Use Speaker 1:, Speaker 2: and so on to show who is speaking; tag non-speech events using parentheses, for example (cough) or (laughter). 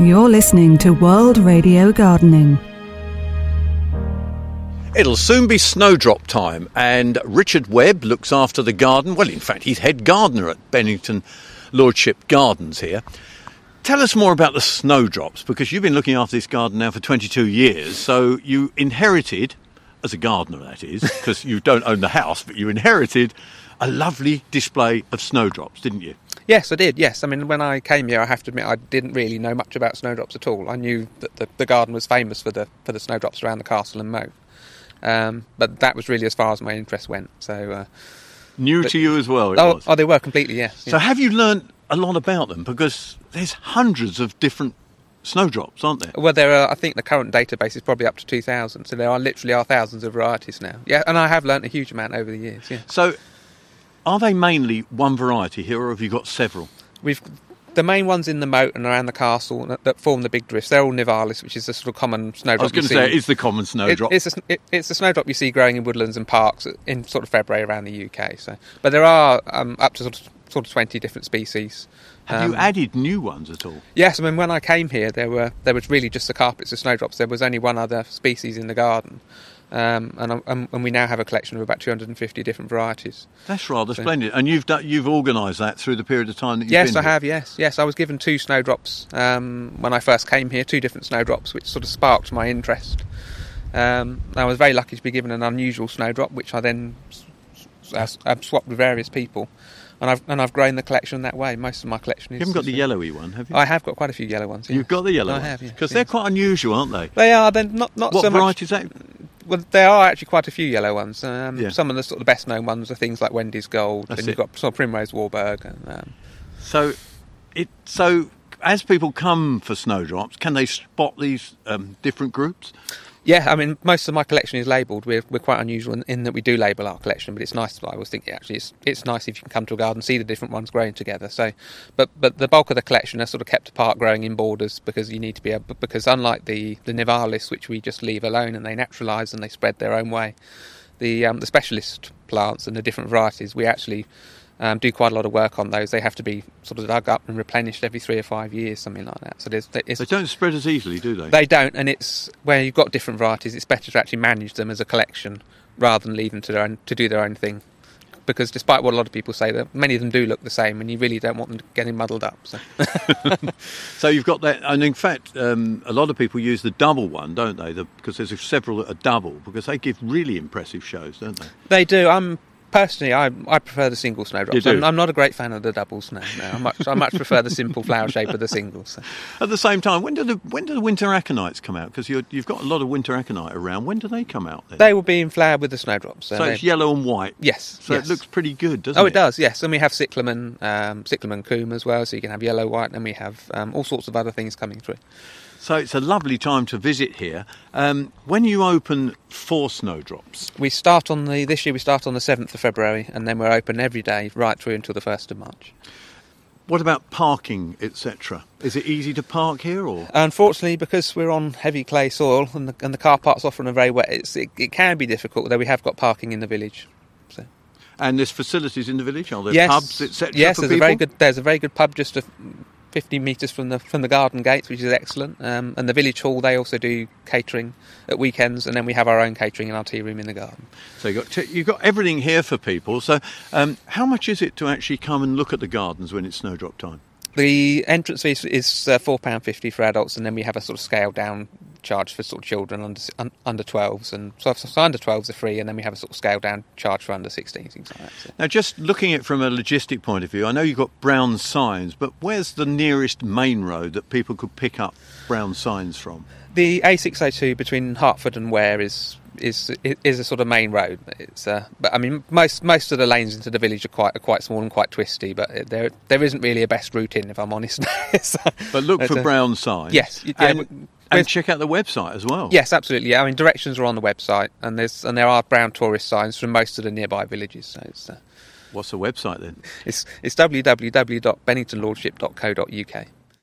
Speaker 1: You're listening to World Radio Gardening.
Speaker 2: It'll soon be snowdrop time, and Richard Webb looks after the garden. Well, in fact, he's head gardener at Bennington Lordship Gardens here. Tell us more about the snowdrops because you've been looking after this garden now for 22 years. So you inherited, as a gardener that is, because you don't own the house, but you inherited a lovely display of snowdrops, didn't you?
Speaker 3: Yes, I did. Yes, I mean, when I came here, I have to admit I didn't really know much about snowdrops at all. I knew that the, the garden was famous for the for the snowdrops around the castle and moat, um, but that was really as far as my interest went. So, uh,
Speaker 2: New to you as well. It
Speaker 3: oh,
Speaker 2: was.
Speaker 3: oh, they were completely yes.
Speaker 2: So have you learnt a lot about them? Because there's hundreds of different snowdrops, aren't there?
Speaker 3: Well, there are. I think the current database is probably up to two thousand. So there are literally are thousands of varieties now. Yeah, and I have learnt a huge amount over the years. Yeah,
Speaker 2: So are they mainly one variety here, or have you got several?
Speaker 3: we've the main ones in the moat and around the castle that, that form the big drifts. They're all nivalis, which is the sort of common snowdrop.
Speaker 2: I was
Speaker 3: you
Speaker 2: going to
Speaker 3: see.
Speaker 2: say it is the common
Speaker 3: It-
Speaker 2: snowdrop.
Speaker 3: it's, a, sn- it, it's a snowdrop you see growing in woodlands and parks in sort of February around the UK. So, but there are um, up to sort of, sort of twenty different species.
Speaker 2: have you
Speaker 3: Um,
Speaker 2: added new ones at all?
Speaker 3: Yes, I mean when I came here, there were there was really just the carpets of snowdrops. There was only one other species in the garden, um, and, and and we now have a collection of about two hundred and fifty different varieties.
Speaker 2: That's rather
Speaker 3: So-
Speaker 2: splendid. And you've done, you've organised that through the period of time that you've
Speaker 3: yes,
Speaker 2: been
Speaker 3: I
Speaker 2: here.
Speaker 3: have. Yes, yes, I was given two snowdrops um, when I first came here. Two different snowdrops, which sort of sparked my interest. Um, I was very lucky to be given an unusual snowdrop, which I then s- s- I've swapped with various people, and I've and I've grown the collection that way. Most of my collection is.
Speaker 2: You haven't got the
Speaker 3: is-
Speaker 2: yellowy one, have you?
Speaker 3: I have got quite a few yellow ones. yes.
Speaker 2: You've got the yellow
Speaker 3: I
Speaker 2: ones.
Speaker 3: have, yes,
Speaker 2: Because
Speaker 3: yes.
Speaker 2: they're quite unusual, aren't they?
Speaker 3: They are. They're not not
Speaker 2: what
Speaker 3: so much.
Speaker 2: variety is that?
Speaker 3: Well, there are actually quite a few yellow ones. Um,
Speaker 2: Yeah.
Speaker 3: Some of the sort of best known ones are things like Wendy's Gold,
Speaker 2: That's
Speaker 3: and
Speaker 2: it.
Speaker 3: you've got sort of Primrose Warburg. And, um,
Speaker 2: So, it so as people come for snowdrops, can they spot these um, different groups?
Speaker 3: yeah, I mean, most of my collection is labelled. We're, we're quite unusual in, in that we do label our collection, but it's nice. I always think actually it's it's nice if you can come to a garden and see the different ones growing together. So, but but the bulk of the collection are sort of kept apart, growing in borders because you need to be able because unlike the the nivalis, which we just leave alone and they naturalise and they spread their own way, the um, the specialist plants and the different varieties, we actually um, do quite a lot of work on those. They have to be sort of dug up and replenished every three or five years, something like that. So there's, it's,
Speaker 2: They don't spread as easily, do they?
Speaker 3: they don't, and it's where you've got different varieties. It's better to actually manage them as a collection rather than leave them to their own, to do their own thing. Because despite what a lot of people say, that many of them do look the same, and you really don't want them getting muddled up. So.
Speaker 2: So you've got that, and in fact, um, a lot of people use the double one, don't they? The, because there's several that are double because they give really impressive shows, don't they?
Speaker 3: They do. I'm personally, I I prefer the single snowdrops.
Speaker 2: You do?
Speaker 3: I'm, I'm not a great fan of the doubles. No, no. I much I much prefer the simple flower shape of the singles. So.
Speaker 2: At the same time, when do the when do the winter aconites come out? Because you've got a lot of winter aconite around. When do they come out? Then?
Speaker 3: They will be in flower with the snowdrops.
Speaker 2: so
Speaker 3: they-
Speaker 2: it's yellow and white.
Speaker 3: Yes.
Speaker 2: So
Speaker 3: yes.
Speaker 2: it looks pretty good, doesn't it?
Speaker 3: Oh, it does. Yes, and we have cyclamen, um, cyclamen coom as well. So you can have yellow, white, and we have um, all sorts of other things coming through.
Speaker 2: So it's a lovely time to visit here. Um, when you open for snowdrops,
Speaker 3: We start on the this year. We start on the seventh of February, and then we're open every day right through until the first of March.
Speaker 2: what about parking, etc.? Is it easy to park here, or
Speaker 3: Unfortunately, because we're on heavy clay soil and the, and the car parks often are very wet, it's, it, it can be difficult. Though we have got parking in the village. So.
Speaker 2: and there's facilities in the village? Are there
Speaker 3: yes,
Speaker 2: pubs, etc.?
Speaker 3: Yes,
Speaker 2: for
Speaker 3: there's a very
Speaker 2: people?
Speaker 3: good there's a very good pub just a, fifty metres from the from the garden gates, which is excellent. Um, and the village hall they also do catering at weekends, and then we have our own catering in our tea room in the garden.
Speaker 2: So you've got t- you've got everything here for people. So um, how much is it to actually come and look at the gardens when it's snowdrop time?
Speaker 3: The entrance fee is, is uh, four pound fifty for adults, and then we have a sort of scaled down charge for sort of children under s- un, under twelves, and so, so under twelves are free, and then we have a sort of scaled down charge for under sixteens, things like that. so.
Speaker 2: Now, just looking at it from a logistic point of view, I know you've got brown signs, but where's the nearest main road that people could pick up brown signs from?
Speaker 3: The A602 between Hartford and Ware is is is a sort of main road. It's uh, but I mean most most of the lanes into the village are quite are quite small and quite twisty, but it- there there isn't really a best route in if I'm honest. (laughs) So-
Speaker 2: But look
Speaker 3: it's
Speaker 2: for
Speaker 3: a-
Speaker 2: brown signs.
Speaker 3: Yes, y- yeah,
Speaker 2: and,
Speaker 3: w-
Speaker 2: and
Speaker 3: with-
Speaker 2: check out the website as well.
Speaker 3: Yes, absolutely. I mean directions are on the website, and there's and there are brown tourist signs from most of the nearby villages. So it's uh,
Speaker 2: What's the website then?
Speaker 3: it's it's www.benningtonlordship.co.uk.